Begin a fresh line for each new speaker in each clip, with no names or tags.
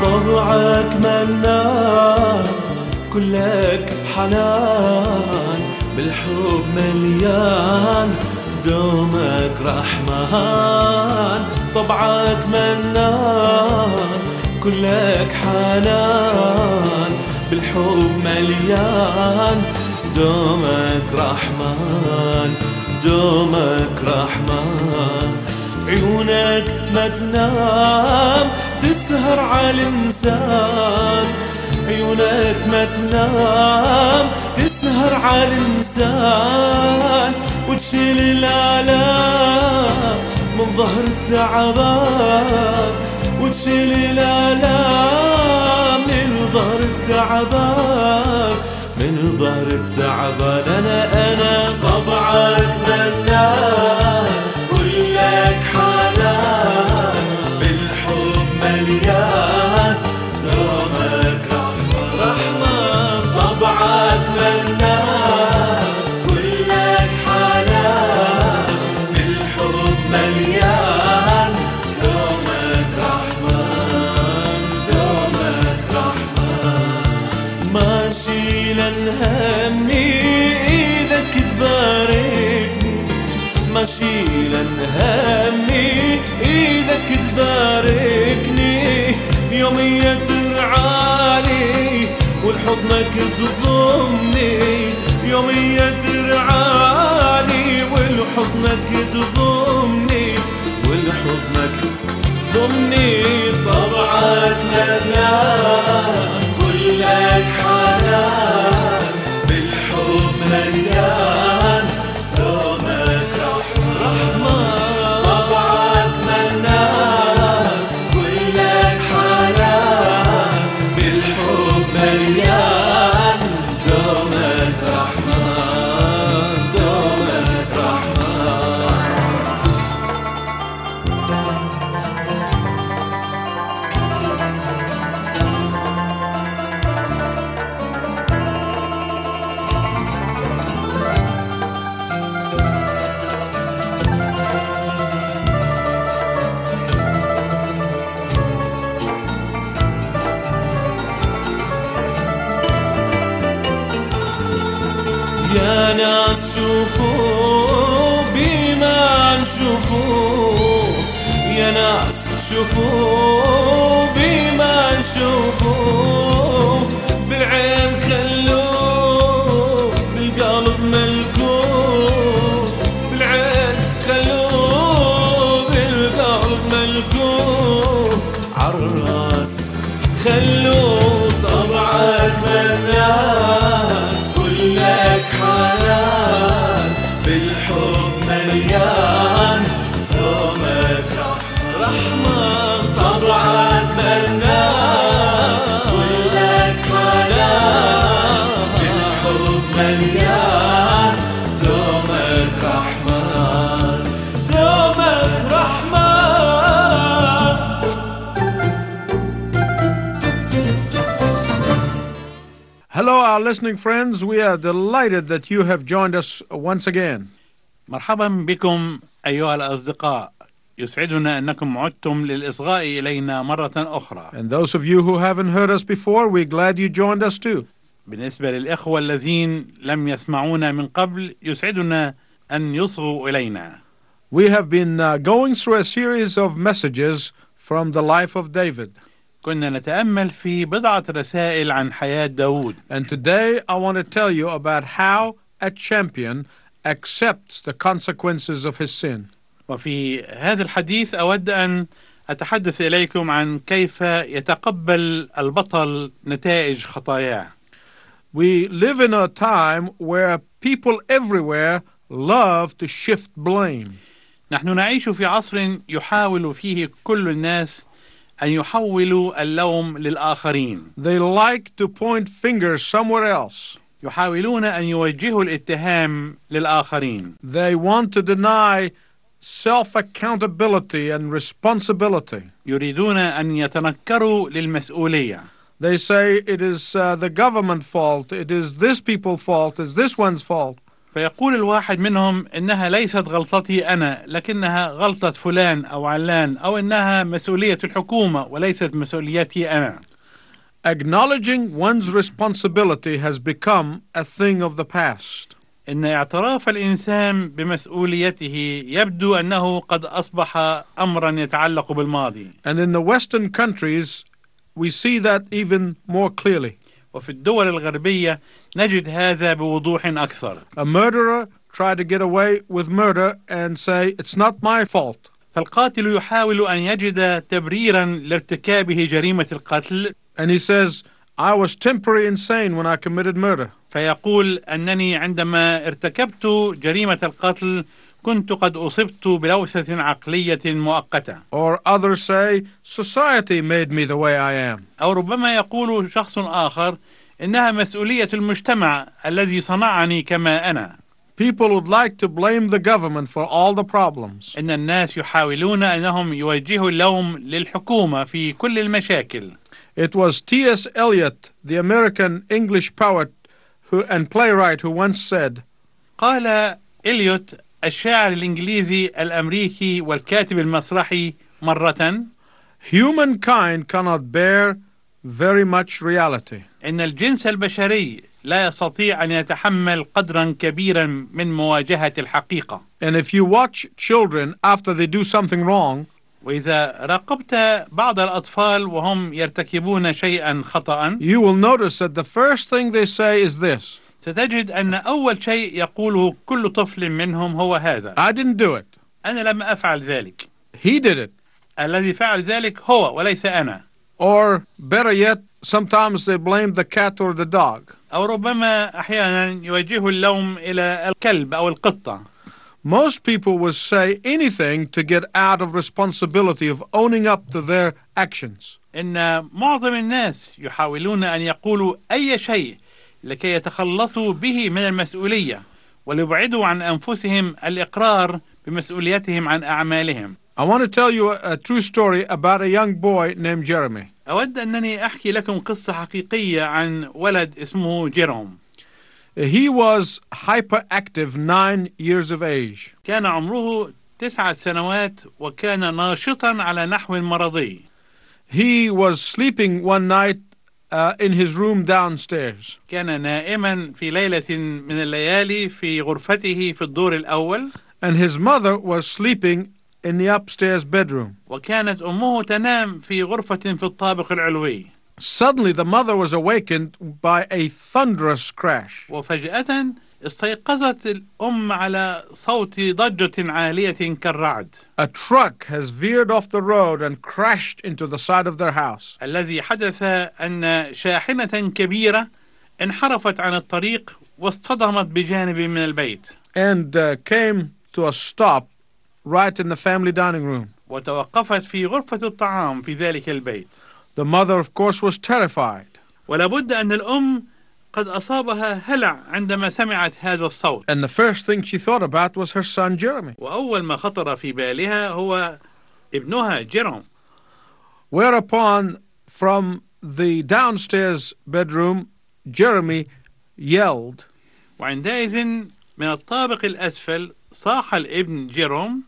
طلعك منان كلك حنان بالحب مليان دومك رحمن طبعك منان كلك حنان بالحب مليان دومك رحمن دومك رحمن عيونك ما تنام تسهر على الإنسان عيونك ما تنام تسهر على الإنسان وتشيل الآلام من ظهر التعبان وتشيل الآلام من ظهر التعبان من ظهر التعبان أنا أنا طبعك منان كلك حنان بالحب مليان دومك رحمة رحمة طبعك منان كلك حنان بالحب مليان دومك رحمن دومك رحمن ماشي لنهمي ايدك تباركني ماشي لنهمي ايدك تباركني يومية ترعاني والحضنك تضمني يومية ترعاني والحضنك تضمني والحضنك ضمني طبعك لنا كلك حنان بالحب مليان دومك رحمة طبعك منان كلك حنان بالحب مليان دومك رحمن دومك رحمن يا ناس شوفوا بما نشوفوا يا ناس شوفوا بما نشوفوا بالعين خلوه بالقلب ملكوه بالعين خلوه بالقلب ملكوه عالراس خلوه طبعك منان كلك حنان بالحب مليان دومك رحمة طبعك منان كلك حنان بالحب مليان دومك رحمن دومك رحمن
Hello, our listening friends. We are delighted that you have joined us once again.
مرحبا بكم أيها الأصدقاء يسعدنا أنكم عدتم للإصغاء إلينا مرة أخرى
And those of you who haven't heard us before, we're glad you joined us too.
بالنسبة للإخوة الذين لم يسمعونا من قبل يسعدنا أن يصغوا إلينا
We have been uh, going through a series of messages from the life of David.
كنا نتأمل في بضعة رسائل عن حياة داود
And today I want to tell you about how a champion accepts the consequences of his sin.
وفي هذا الحديث أود أن أتحدث إليكم عن كيف يتقبل البطل نتائج خطاياه
We live in a time where people everywhere love to shift blame.
نحن نعيش في عصر يحاول فيه كل الناس أن يحولوا اللوم للآخرين
They like to point fingers somewhere else.
يحاولون أن يوجهوا الاتهام للآخرين
They want to deny self accountability and responsibility.
يريدون أن يتنكروا للمسؤولية
They say it is uh, the government fault, it is this people's fault, it's this one's fault.
فيقول الواحد منهم إنها ليست غلطتي أنا لكنها غلطة فلان أو علان أو إنها مسؤولية الحكومة وليست مسؤوليتي أنا
Acknowledging one's responsibility has become a thing of the past.
ان اعتراف الانسان بمسؤوليته يبدو انه قد اصبح امرا يتعلق بالماضي
And in the Western countries, we see that even more clearly.
وفي الدول الغربيه نجد هذا بوضوح اكثر
A murderer tried to get away with murder and say, It's not my fault.
فالقاتل يحاول ان يجد تبريرا لارتكابه جريمه القتل
And he says, I was temporarily insane when I committed murder.
فيقول انني عندما ارتكبت جريمه القتل كنت قد اصبت بلوثه عقليه مؤقته
Or others say, Society made me the way I am.
او ربما يقول شخص اخر انها مسؤوليه المجتمع الذي صنعني كما انا
People would like to blame the government for all the problems.
ان الناس يحاولون انهم يوجهوا اللوم للحكومه في كل المشاكل
It was T.S. Eliot, the American English poet who, and playwright, who once said,
قال اليوت الشاعر الانجليزي الامريكي والكاتب المسرحي مره
Humankind cannot bear very much reality.
ان الجنس البشري لا يستطيع ان يتحمل قدرا كبيرا من مواجهه الحقيقه
And if you watch children after they do something wrong,
واذا راقبت بعض الاطفال وهم يرتكبون شيئا خطا
you will notice that the first thing they say is this
ستجد ان اول شيء يقوله كل طفل منهم هو هذا
I didn't do it.
انا لم افعل ذلك
He did it.
الذي فعل ذلك هو وليس انا
Or better yet, sometimes they blame the cat or the dog.
او ربما احيانا يوجه اللوم الى الكلب او القطه
Most people will say anything to get out of responsibility of owning up to their actions.
ان معظم الناس يحاولون ان يقولوا اي شيء لكي يتخلصوا به من المسؤوليه وليبعدوا عن انفسهم الاقرار بمسؤوليتهم عن اعمالهم.
I want to tell you a, a true story about a young boy named Jeremy.
اود انني احكي لكم قصه حقيقيه عن ولد اسمه جيروم.
He was hyperactive, nine years of age.
كان عمره تسعة سنوات وكان ناشطا على نحو مرضي.
He was sleeping one night uh, in his room downstairs.
كان نائما في ليله من الليالي في غرفته في الدور الاول
and his mother was sleeping in the upstairs bedroom.
وكانت امه تنام في غرفه في الطابق العلوي.
Suddenly, the mother was awakened by a thunderous crash.
وفجأة استيقظت الأم على صوت ضجة عالية كالرعد
A truck has veered off the road and crashed into the side of their house.
الذي حدث أن شاحنة كبيرة انحرفت عن الطريق واصطدمت بجانب من البيت
and uh, came to a stop right in the family dining room.
وتوقفت في غرفة الطعام في ذلك البيت
The mother, of course, was terrified,
ولابد أن الأم قد أصابها هلع عندما سمعت هذا الصوت
and the first thing she thought about was her son Jeremy.
وأول ما خطر في بالها هو ابنها جيروم
Whereupon, from the downstairs bedroom, Jeremy yelled,
وعندئذ من الطابق الأسفل صاح الابن جيروم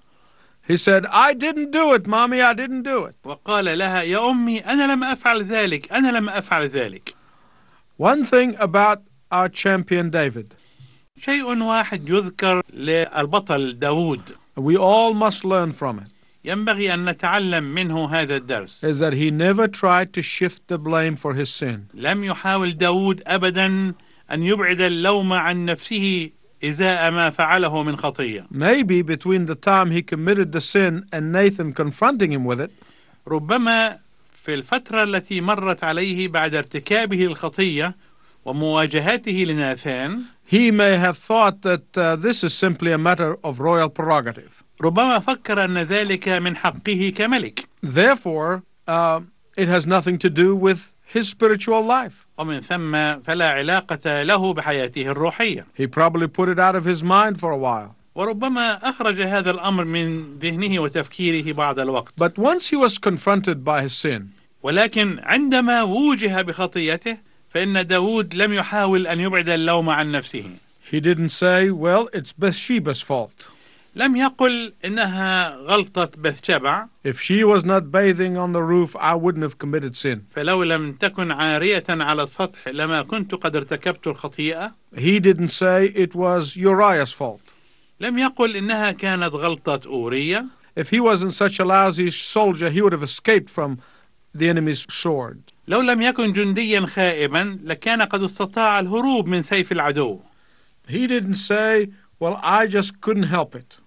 He said, I didn't do it, Mommy, I didn't do it.
وقال لها يا أمي أنا لم أفعل ذلك أنا لم أفعل ذلك
One thing about our champion David
شيء واحد يذكر للبطل داود
we all must learn from it
ينبغي أن نتعلم منه هذا الدرس
is that he never tried to shift the blame for his sin.
لم يحاول داود أبدا أن يبعد اللوم عن نفسه إزاء ما فعله من خطية
Maybe between the time he committed the sin and Nathan confronting him with it,
ربما في الفترة التي مرت عليه بعد ارتكابه الخطية ومواجهته لناثان
he may have thought that uh, this is simply a matter of royal prerogative.
ربما فكر أن ذلك من حقه كملك
Therefore, uh, it has nothing to do with his spiritual life.
ومن ثم فلا علاقة له بحياته الروحية
He probably put it out of his mind for a while.
وربما أخرج هذا الأمر من ذهنه وتفكيره بعض الوقت
But once he was confronted by his sin,
ولكن عندما وجه بخطيته فإن داود لم يحاول أن يبعد اللوم عن نفسه
he didn't say, Well, it's Bathsheba's fault.
لم يقل إنها غلطة بثشبع
If she was not bathing on the roof, I wouldn't have committed sin.
فلو لم تكن عارية على السطح لما كنت قد ارتكبت الخطيئة
He didn't say it was Uriah's fault.
لم يقل إنها كانت غلطة أورية
If he wasn't such a lousy soldier, he would have escaped from the enemy's sword.
لو لم يكن جنديا خائبا لكان قد استطاع الهروب من سيف العدو
He didn't say, Well, I just couldn't help it.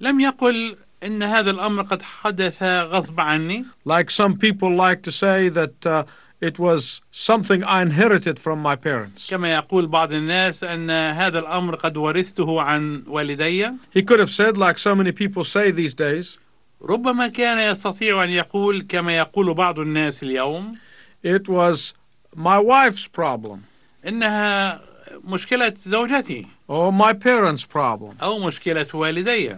لم يقل إن هذا الأمر قد حدث غصب عني
Like some people like to say that uh, it was something I inherited from my parents.
كما يقول بعض الناس أن هذا الأمر قد ورثته عن والدي
He could have said, like so many people say these days,
ربما كان يستطيع أن يقول كما يقول بعض الناس اليوم
It was my wife's problem
إنها مشكلة زوجتي
or my parents' problem.
أو مشكلة والدي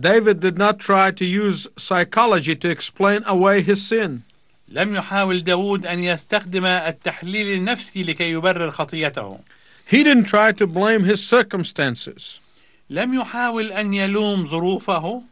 David did not try to use psychology to explain away his sin.
لم يحاول داود أن يستخدم التحليل النفسي لكي يبرر خطيته
He didn't try to blame his circumstances
لم يحاول أن يلوم ظروفه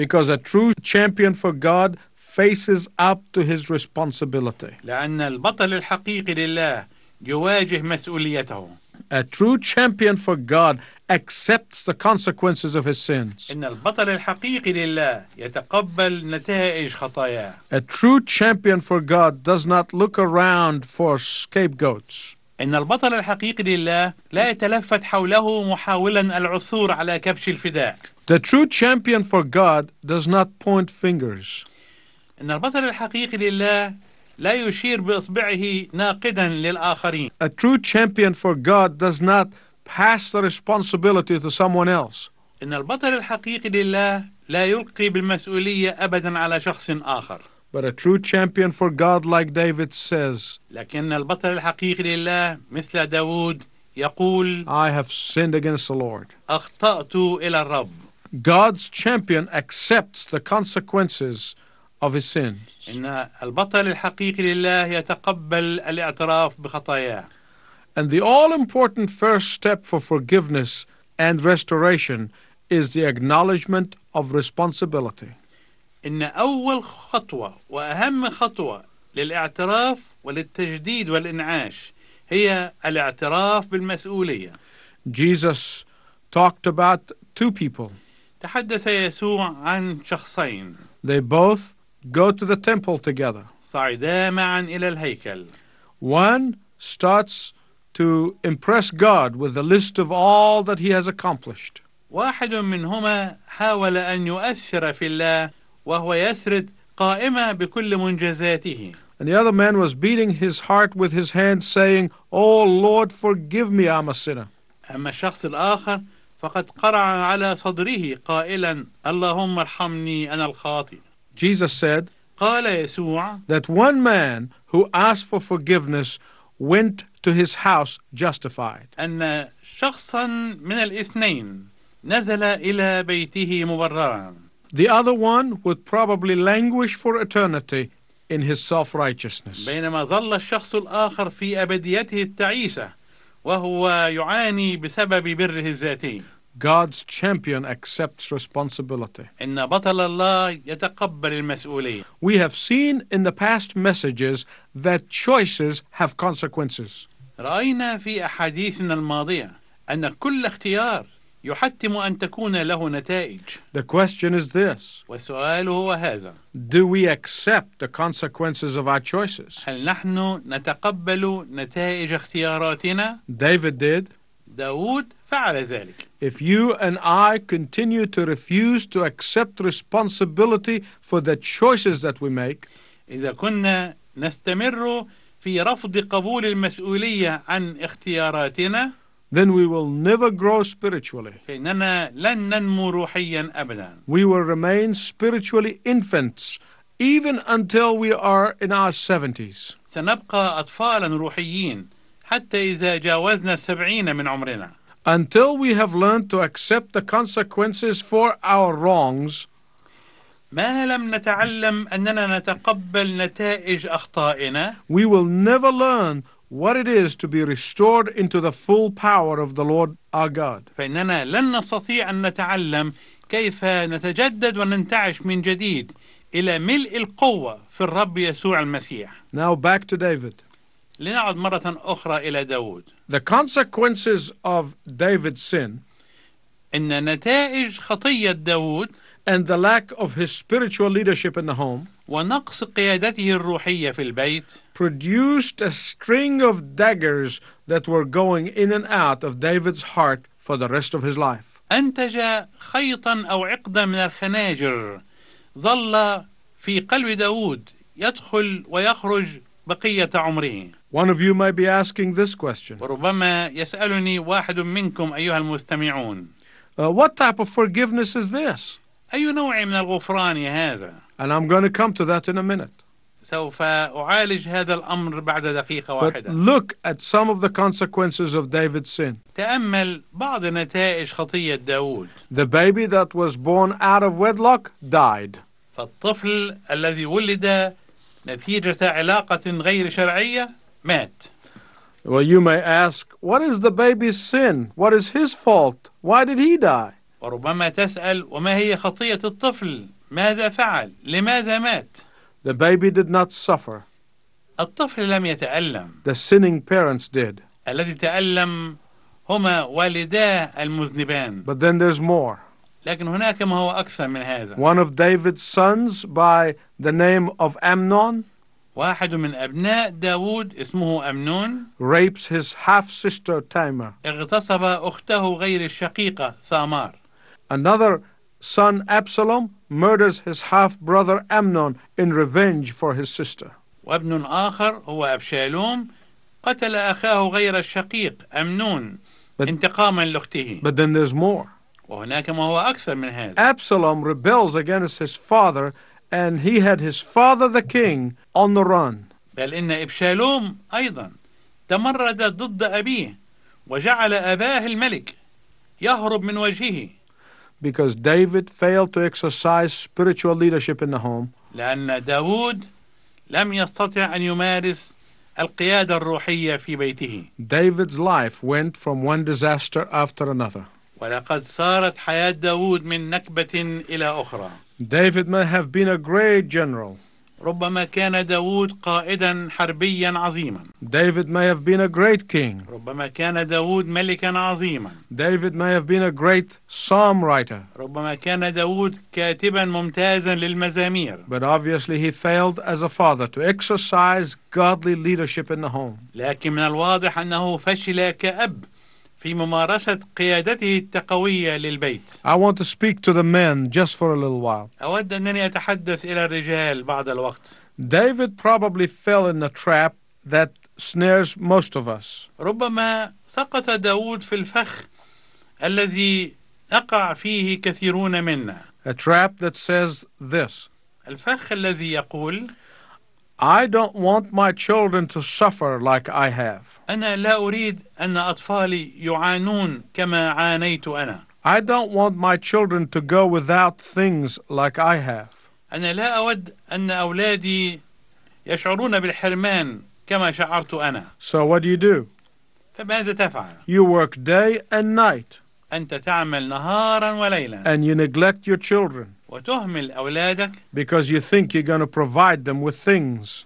because a true champion for God faces up to his responsibility.
لأن البطل الحقيقي لله يواجه مسؤوليته
A true champion for God accepts the consequences of his sins.
إن البطل الحقيقي لله يتقبل نتائج خطاياه
A true champion for God does not look around for scapegoats.
إن البطل الحقيقي لله لا يتلفت حوله محاولا العثور على كبش الفداء
The true champion for God does not point fingers.
إن البطل الحقيقي لله لا يشير بإصبعه ناقدا للآخرين
A true champion for God does not pass the responsibility to someone else.
إن البطل الحقيقي لله لا يلقي بالمسؤولية أبدا على شخص آخر
But a true champion for God, like David says,
لكن البطل الحقيقي لله مثل داود يقول
I have sinned against the Lord.
أخطأت إلى الرب
God's champion accepts the consequences of his sin.
إن البطل الحقيقي لله يتقبل الاعتراف بخطاياه
And the all important first step for forgiveness and restoration is the acknowledgement of responsibility.
إن أول خطوة وأهم خطوة للاعتراف وللتجديد والإنعاش هي الاعتراف بالمسؤولية
Jesus talked about two people.
تحدث يسوع عن شخصين
They both go to the temple together.
صعدا معا إلى الهيكل
One starts to impress God with a list of all that he has accomplished.
واحد منهما حاول أن يؤثر في الله وهو يسرد قائمة بكل منجزاته
And the other man was beating his heart with his hand, saying, Oh Lord, forgive me, I'm a sinner.
أما الشخص الآخر فقد قرع على صدره قائلا اللهم ارحمني أنا الخاطئ
Jesus said
قال يسوع
that one man who asked for forgiveness went to his house justified.
أن شخصا من الاثنين نزل إلى بيته مبررا
The other one would probably languish for eternity in his self righteousness.
بينما ظل الشخص الآخر في أبديته التعيسة وهو يعاني بسبب بره الذاتي
God's champion accepts responsibility.
إن بطل الله يتقبل المسؤولية
We have seen in the past messages that choices have consequences.
رأينا في أحاديثنا الماضية أن كل اختيار يحتم أن تكون له نتائج
The question is this
والسؤال هو هذا
Do we accept the consequences of our choices?
هل نحن نتقبل نتائج اختياراتنا؟
David did.
داود فعل ذلك
If you and I continue to refuse to accept responsibility for the choices that we make,
إذا كنا نستمر في رفض قبول المسؤولية عن اختياراتنا
then we will never grow spiritually.
فإننا لن ننمو روحيا أبدا
We will remain spiritually infants even until we are in our 70s.
سنبقى أطفالا روحيين حتى إذا جاوزنا السبعين من عمرنا
Until we have learned to accept the consequences for our wrongs,
ما لم نتعلم أننا نتقبل نتائج أخطائنا
we will never learn what it is to be restored into the full power of the Lord our God.
فإننا لن نستطيع أن نتعلم كيف نتجدد وننتعش من جديد إلى ملء القوة في الرب يسوع المسيح
Now back to David.
لنعد مرة أخرى إلى داود
The consequences of David's sin
إن نتائج خطية داود
and the lack of his spiritual leadership in the home
ونقص قيادته الروحية في البيت
produced a string of daggers that were going in and out of David's heart for the rest of his life.
أنتج خيطا أو عقدا من الخناجر ظل في قلب داود يدخل ويخرج بقية عمره
One of you may be asking this question
وربما يسألني واحد منكم أيها المستمعون
uh, What type of forgiveness is this?
أي نوع من الغفران هذا؟
And I'm going to come to that in a minute.
سوف أعالج هذا الأمر بعد دقيقة
But
واحدة
look at some of the consequences of David's sin.
تأمل بعض نتائج خطية داود
The baby that was born out of wedlock died.
فالطفل الذي ولد نتيجة علاقة غير شرعية مات
Well, you may ask, what is the baby's sin? What is his fault? Why did he die?
وربما تسأل وما هي خطية الطفل؟ ماذا فعل؟ لماذا مات؟
The baby did not suffer.
الطفل لم يتألم،
The sinning parents did.
الذي تألم هما والداه المذنبان،
But then there's more.
لكن هناك ما هو أكثر من هذا،
One of David's sons by the name of Amnon
واحد من أبناء داود اسمه أمنون
rapes his half sister Tamar.
اغتصب أخته غير الشقيقة ثامار،
Another son, Absalom, murders his half brother Amnon in revenge for his sister.
وابن آخر هو أبشالوم قتل أخاه غير الشقيق أمنون
بد-
انتقاما لأخته،
But then there's more.
وهناك ما هو أكثر من هذا.
Absalom rebels against his father, and he had his father, the king, on the run.
بل إن إبشالوم أيضا تمرد ضد أبيه وجعل أباه الملك يهرب من وجهه
Because David failed to exercise spiritual leadership in the home,
لأن داود لم يستطع أن يمارس القيادة الروحية في بيته
David's life went from one disaster after another.
ولقد صارت حياة داود من نكبة إلى أخرى
David may have been a great general.
ربما كان داود قائدا حربيا عظيما
David may have been a great king.
ربما كان داود ملكا عظيما
David may have been a great psalm writer.
ربما كان داود كاتبا ممتازا للمزامير
But obviously, he failed as a father to exercise godly leadership in the home.
لكن من الواضح أنه فشل كأب في ممارسة قيادته التقوية للبيت
I want to speak to the men just for a little while.
أود أنني أتحدث إلى الرجال بعض الوقت
David probably fell in the trap that snares most of us.
ربما سقط داود في الفخ الذي نقع فيه كثيرون منا
A trap that says this
الفخ الذي يقول
I don't want my children to suffer like I have.
أنا لا أريد أن أطفالي يعانون كما عانيت أنا
I don't want my children to go without things like I have.
أنا لا أود أن أولادي يشعرون بالحرمان كما شعرت أنا
So, what do you do?
فماذا تفعل؟
You work day and night
أنت تعمل نهارا وليلا
and you neglect your children
وتهمل أولادك
because you think you're going to provide them with things.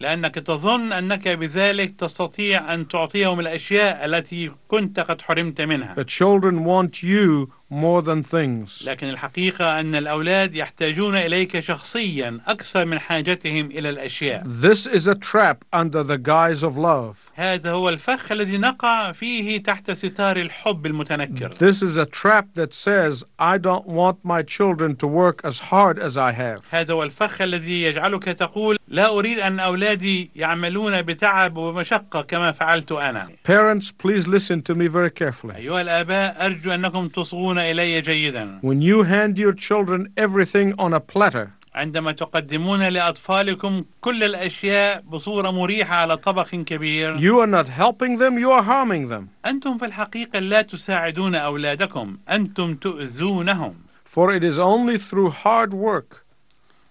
لأنك تظن أنك بذلك تستطيع أن تعطيهم الأشياء التي كنت قد حرمت منها
The children want you more than things.
لكن الحقيقة أن الأولاد يحتاجون إليك شخصيا أكثر من حاجتهم إلى الأشياء
This is a trap under the guise of love.
هذا هو الفخ الذي نقع فيه تحت ستار الحب المتنكر
This is a trap that says, I don't want my children to work as hard as I have.
هذا هو الفخ الذي يجعلك تقول لا أريد أن أولادي يعملون بتعب ومشقة كما فعلت أنا
Parents, please listen to me very carefully.
أيها الآباء أرجو أنكم تصغون إلي جيدا
When you hand your children everything on a platter,
عندما تقدمون لأطفالكم كل الأشياء بصورة مريحة على طبق كبير
you are not helping them, you are harming them.
أنتم في الحقيقة لا تساعدون أولادكم أنتم تؤذونهم
For it is only through hard work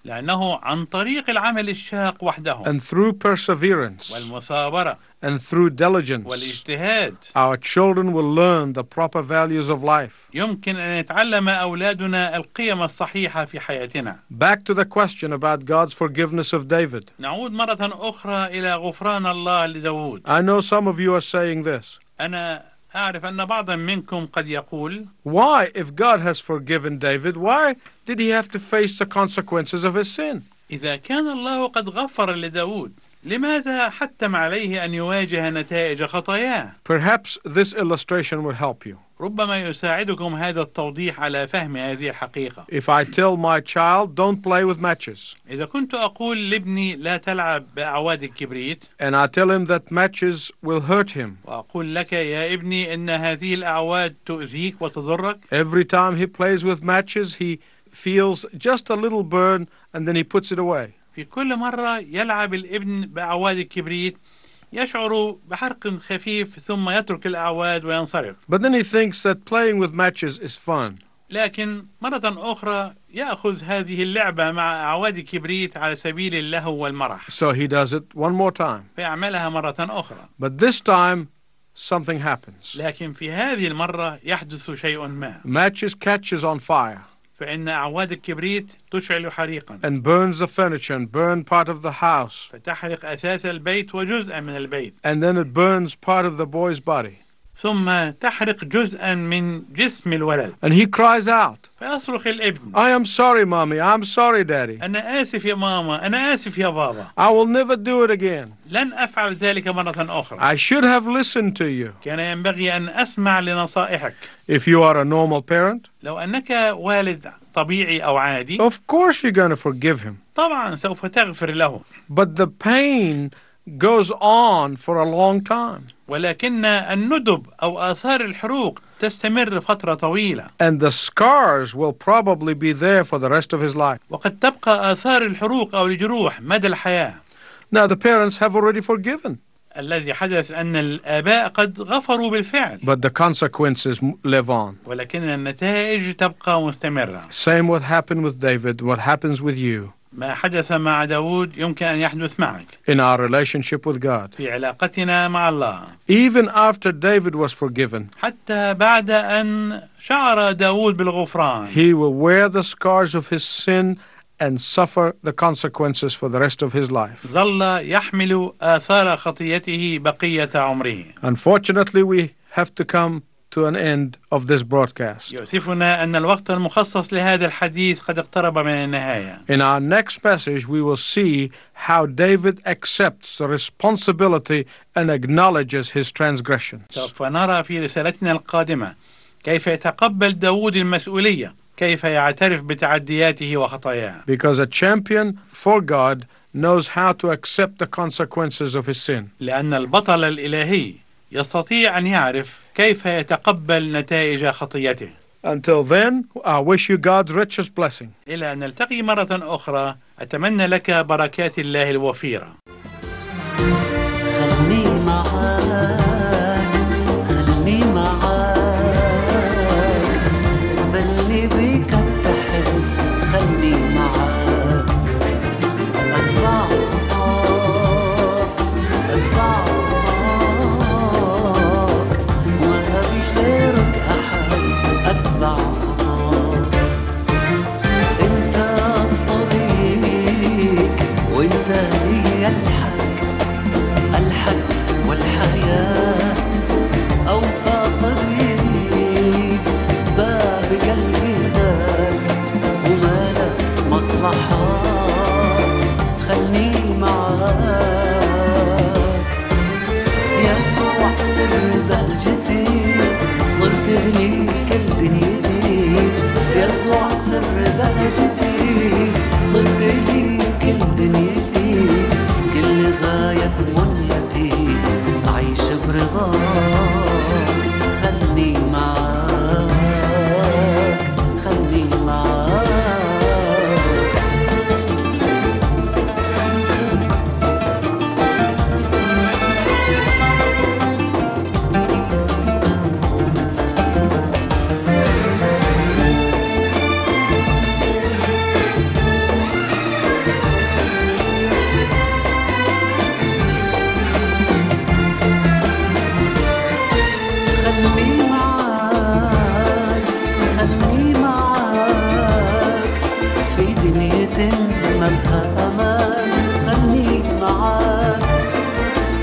لأنه عن طريق العمل الشاق وحده
and through perseverance
والمثابرة
and through diligence,
والاجتهاد
our children will learn the proper values of life.
يمكن أن يتعلم أولادنا القيم الصحيحة في حياتنا
Back to the question about God's forgiveness of David.
نعود مرة أخرى إلى غفران الله لداود
I know some of you are saying this.
أنا أعرف أن بعضا منكم قد يقول
Why, if God has forgiven David, why did he have to face the consequences of his sin?
إذا كان الله قد غفر لداود لماذا حتم عليه أن يواجه نتائج خطاياه؟
Perhaps this illustration will help you.
ربما يساعدكم هذا التوضيح على فهم هذه الحقيقة
If I tell my child, don't play with matches,
إذا كنت أقول لابني لا تلعب بأعواد الكبريت
and I tell him that matches will hurt him
وأقول لك يا ابني أن هذه الأعواد تؤذيك وتضرك
Every time he plays with matches, he feels just a little burn and then he puts it away.
في كل مرة يلعب الابن بأعواد الكبريت يشعر بحرق خفيف ثم يترك الأعواد وينصرف
But then he thinks that playing with matches is fun.
لكن مرة أخرى يأخذ هذه اللعبة مع أعواد الكبريت على سبيل اللهو والمرح
So he does it one more time.
فيعملها مرة أخرى
But this time, something happens.
لكن في هذه المرة يحدث شيء ما
Matches catches on fire
فإن أعواد الكبريت تشعل حريقا
and burns the furniture and burn part of the house.
فتحرق أثاث البيت وجزءا من البيت
And then it burns part of the boy's body.
ثم تحرق جزءا من جسم الولد
And he cries out,
فيصرخ الابن
I am sorry, mommy. I'm sorry, daddy.
أنا آسف يا ماما أنا آسف يا بابا
I will never do it again.
لن أفعل ذلك مرة أخرى
I should have listened to you.
كان ينبغي أن أسمع لنصائحك
If you are a normal parent,
لو أنك والد طبيعي أو عادي
Of course, you're going to forgive him.
طبعا سوف تغفر له
But the pain goes on for a long time.
ولكن الندب أو آثار الحروق تستمر فترة طويلة
And the scars will probably be there for the rest of his life.
وقد تبقى آثار الحروق أو الجروح مدى الحياة
Now, the parents have already forgiven,
الذي حدث أن الآباء قد غفروا بالفعل
but the consequences m- live on.
ولكن النتائج تبقى مستمرة
Same what happened with David, what happens with you
ما حدث مع داود يمكن أن يحدث معك
in our relationship with God.
في علاقتنا مع الله
Even after David was forgiven,
حتى بعد أن شعر داود بالغفران
he will wear the scars of his sin and suffer the consequences for the rest of his life.
ظل يحمل آثار خطيته بقية عمره
Unfortunately, we have to come to an end of this broadcast.
يؤسفنا أن الوقت المخصص لهذا الحديث قد اقترب من النهاية
In our next message, we will see how David accepts the responsibility and acknowledges his transgressions.
سوف نرى في رسالتنا القادمة كيف يتقبل داود المسؤولية كيف يعترف بتعدياته وخطاياه
Because a champion for God knows how to accept the consequences of his sin.
لأن البطل الإلهي يستطيع أن يعرف كيف يتقبل نتائج خطيته
Until then, I wish you God's richest blessing.
إلى أن نلتقي مرة أخرى أتمنى لك بركات الله الوفيرة
خلني معاك خلني معاك اقبلني بيك اتحد خلني معاك اتبع خطاك اتبع خطاك وهبي غيرك احد اتبع خطاك انت الطريق وانت هي الحق الحق والحياة أوفى صديق باب قلبي ذاك وما له مصلحة خلني معاك يسوع سر بهجتي صرت لي كل دنيتي يسوع سر بهجتي صرت لي كل دنيتي كل غاية منيتي أعيش برضاك خلني معاك خلني معاك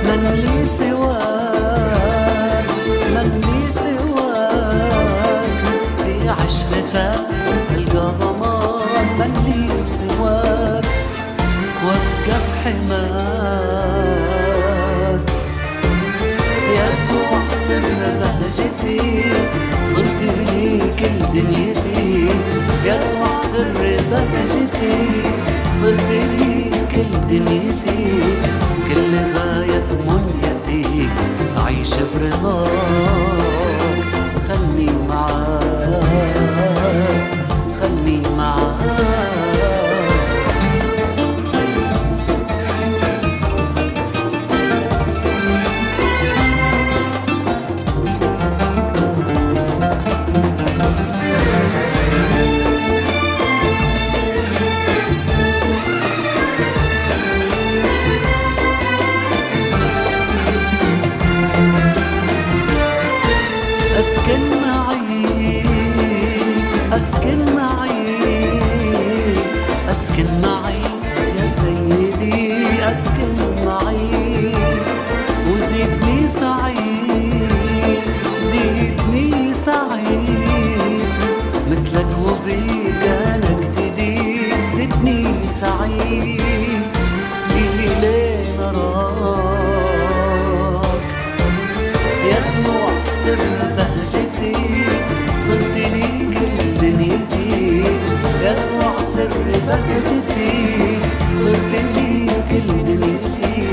مجلي سواك مجلي سواك في عشرتك ألقى ضمان مجلي سواك وابقى بحماك يسوع سر بهجتي صرت لي كل دنيتي يسوع سر بهجتي صرت لي كل دنيتي كل غاية منيتي أعيش برضاك خلني معاك خلني معاك أسكن معي أسكن معي أسكن معي يا سيدي أسكن معي وزيدني سعي زيدني سعي مثلك وبيك أنا اقتدي زدني سعي إلين أراك يسوع سر بهجتي صرت لي كل دنيتي يسوع سر بهجتي صرت لي كل دنيتي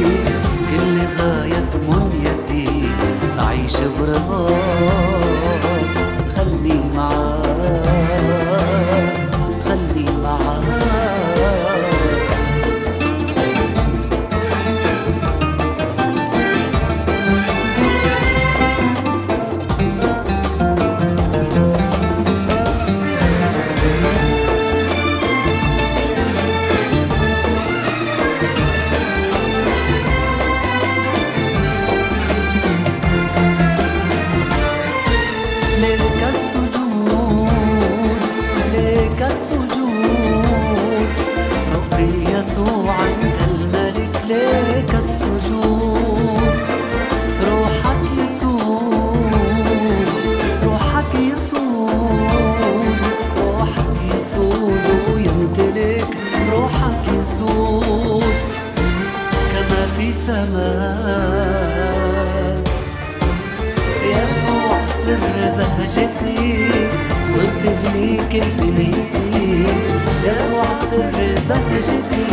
كل غاية منيتي أعيش برضاك خلني معاك خلني معاك لك السجود لك السجود ربي يسوع انت الملك لك السجود روحك يسود روحك يسود روحك يسود ويمتلك روحك يسود كما في سماك يسوع سر بهجتي صرت ليك دنيتي يسوع سر بهجتي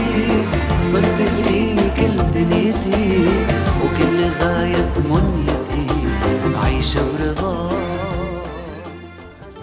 صرت ليك دنيتي